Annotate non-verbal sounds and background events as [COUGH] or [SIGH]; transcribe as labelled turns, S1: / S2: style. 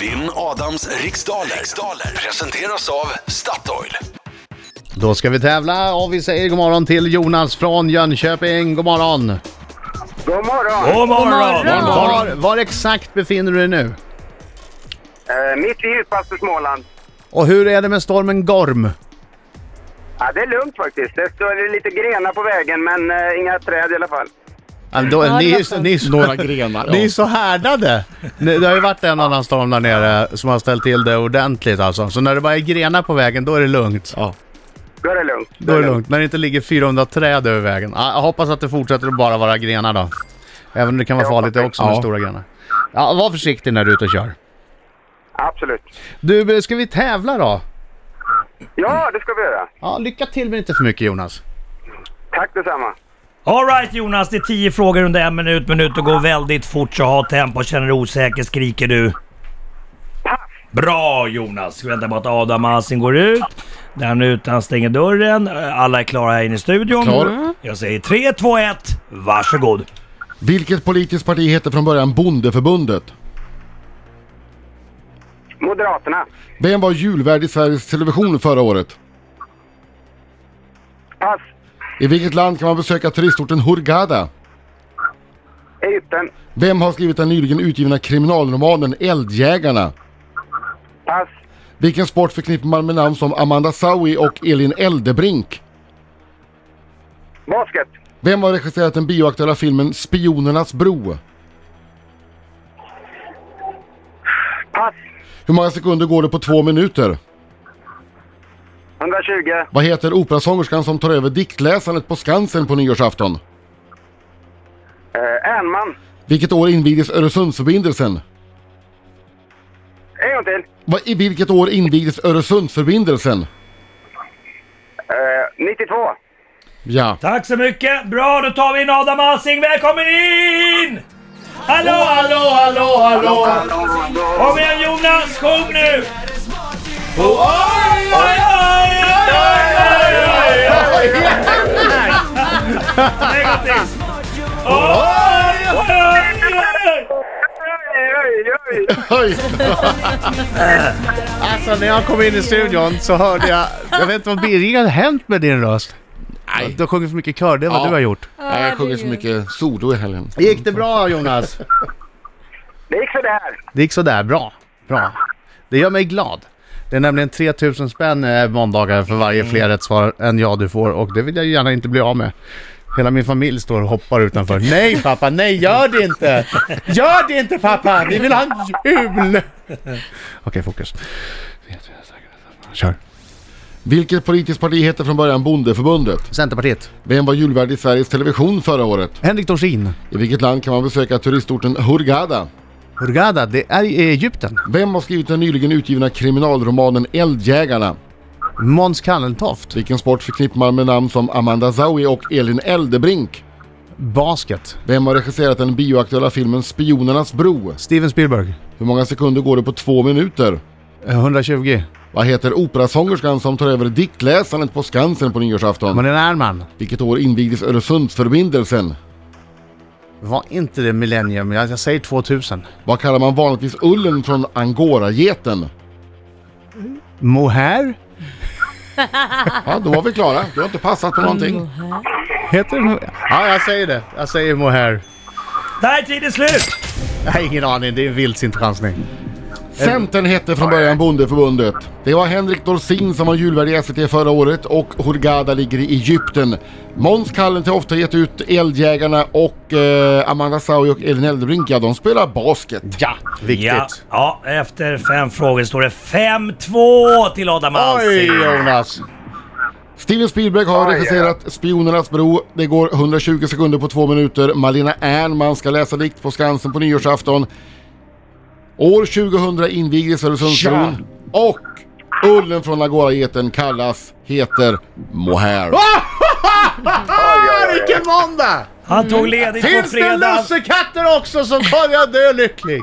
S1: Vinn Adams riksdaler. riksdaler presenteras av Statoil.
S2: Då ska vi tävla och vi säger god morgon till Jonas från Jönköping. God morgon!
S3: God morgon!
S4: God morgon!
S5: God morgon!
S2: Var, var exakt befinner du dig nu?
S3: Eh, mitt i djupaste Småland.
S2: Och hur är det med stormen Gorm?
S3: Ja, det är lugnt faktiskt. Det står lite grenar på vägen, men eh, inga träd i alla fall.
S2: Ja, Då,
S5: Ja, det
S2: ni,
S5: var
S2: är så-
S5: skönt.
S2: ni, är så- [LAUGHS]
S4: Några grenar, ja.
S2: ni är så härdade! Ni, det har ju varit en annan storm där nere som har ställt till det ordentligt alltså. Så när det bara är grenar på vägen, då är det lugnt.
S4: Ja.
S3: Då är det lugnt.
S2: Då är det lugnt. När det inte ligger 400 träd över vägen. Ja, Jag hoppas att det fortsätter att bara vara grenar då. Även om det kan vara
S3: Jag
S2: farligt det
S3: hoppas
S2: också med
S4: det.
S2: stora grenar. Ja, var försiktig när du är ute och kör.
S3: Absolut.
S2: Du, ska vi tävla då?
S3: Ja, det ska vi göra.
S2: Ja, lycka till men inte för mycket Jonas.
S3: Tack detsamma.
S4: Alright Jonas, det är 10 frågor under en minut, minut och går väldigt fort så ha tempo. Känner du osäker skriker du. Bra Jonas! Vi väntar bara att Adam Alsing går ut. Där han är ute, han stänger dörren. Alla är klara här inne i studion.
S6: Klar.
S4: Jag säger 3, 2, 1. Varsågod!
S6: Vilket politiskt parti hette från början Bondeförbundet?
S3: Moderaterna.
S6: Vem var julvärd i Sveriges Television förra året?
S3: Pass.
S6: I vilket land kan man besöka turistorten Hurghada?
S3: Egypten.
S6: Vem har skrivit den nyligen utgivna kriminalromanen Eldjägarna?
S3: Pass.
S6: Vilken sport förknippar man med namn som Amanda Saui och Elin Eldebrink?
S3: Basket.
S6: Vem har regisserat den bioaktuella filmen Spionernas bro?
S3: Pass.
S6: Hur många sekunder går det på två minuter?
S3: 120.
S6: Vad heter operasångerskan som tar över diktläsandet på Skansen på nyårsafton?
S3: Eh, Ernman.
S6: Vilket år invigdes Öresundsförbindelsen?
S3: En gång till.
S6: Va, I vilket år invigdes Öresundsförbindelsen?
S3: Eh, 92.
S6: Ja.
S4: Tack så mycket! Bra, då tar vi in Adam Alsing. Välkommen in! Hallå, hallå, hallå, hallå! Kom igen Jonas, sjung nu! Oj, oj, oj, oj, oj, oj, oj. Lägg upp det. Oj, oj, oj, oj.
S3: Oj, oj, oj.
S6: Oj!
S2: Alltså när jag kom in i studion så hörde jag, jag vet inte vad Birger hade hänt med din röst.
S6: Nej.
S2: Du har sjungit för mycket kör, det är vad
S6: Ja.
S2: du har gjort.
S6: Nej, jag sjunger så mycket solo i helgen.
S2: Gick det bra Jonas?
S3: Det gick sådär.
S2: Det gick sådär, bra. Bra. Det gör mig glad. Det är nämligen 3000 spänn eh, måndagar för varje fler rätt svar än jag du får och det vill jag ju gärna inte bli av med. Hela min familj står och hoppar [LAUGHS] utanför. Nej pappa, nej gör det inte! Gör det inte pappa! Vi vill ha en [LAUGHS] jul! Okej, fokus. Kör.
S6: Vilket politiskt parti hette från början Bondeförbundet?
S2: Centerpartiet.
S6: Vem var julvärd i Sveriges Television förra året?
S2: Henrik Dorsin.
S6: I vilket land kan man besöka turistorten Hurghada?
S2: Hurghada, det är i Egypten.
S6: Vem har skrivit den nyligen utgivna kriminalromanen Eldjägarna?
S2: Måns Kallentoft.
S6: Vilken sport förknippar man med namn som Amanda Zawi och Elin Eldebrink?
S2: Basket.
S6: Vem har regisserat den bioaktuella filmen Spionernas bro?
S2: Steven Spielberg.
S6: Hur många sekunder går det på två minuter?
S2: Eh, 120.
S6: Vad heter operasångerskan som tar över diktläsandet på Skansen på nyårsafton?
S2: Malin Ernman.
S6: Vilket år invigdes Öresundsförbindelsen?
S2: Var inte det millennium? Jag, jag säger 2000.
S6: Vad kallar man vanligtvis ullen från angorageten?
S2: Mohair?
S6: Ja, då var vi klara. Du har inte passat på någonting.
S2: Heter det Mohair? Ja, jag säger det. Jag säger Mohair.
S4: Där är tiden slut!
S2: Jag har ingen aning. Det är en vildsint chansning.
S6: Centern hette från början Bondeförbundet. Det var Henrik Dorsin som var julvärd i SVT förra året och Hurghada ligger i Egypten. Måns Kallen till ofta gett ut Eldjägarna och eh, Amanda Saui och Elin Eldebrink, ja de spelar basket.
S2: Ja, viktigt.
S4: Ja, ja, efter fem frågor står det 5-2 till Adam
S2: Oj,
S4: Alsing.
S2: Jonas!
S6: Steven Spielberg har regisserat Spionernas bro. Det går 120 sekunder på två minuter. Malina Ernman ska läsa dikt på Skansen på nyårsafton. År 2000 invigdes Öresundsbron. Och ullen från Agorageten kallas, heter
S2: Ah,
S6: Mohair.
S2: vilken måndag!
S4: Han tog ledigt på
S2: Finns det
S4: fredag.
S2: lussekatter också så kan jag dö lycklig!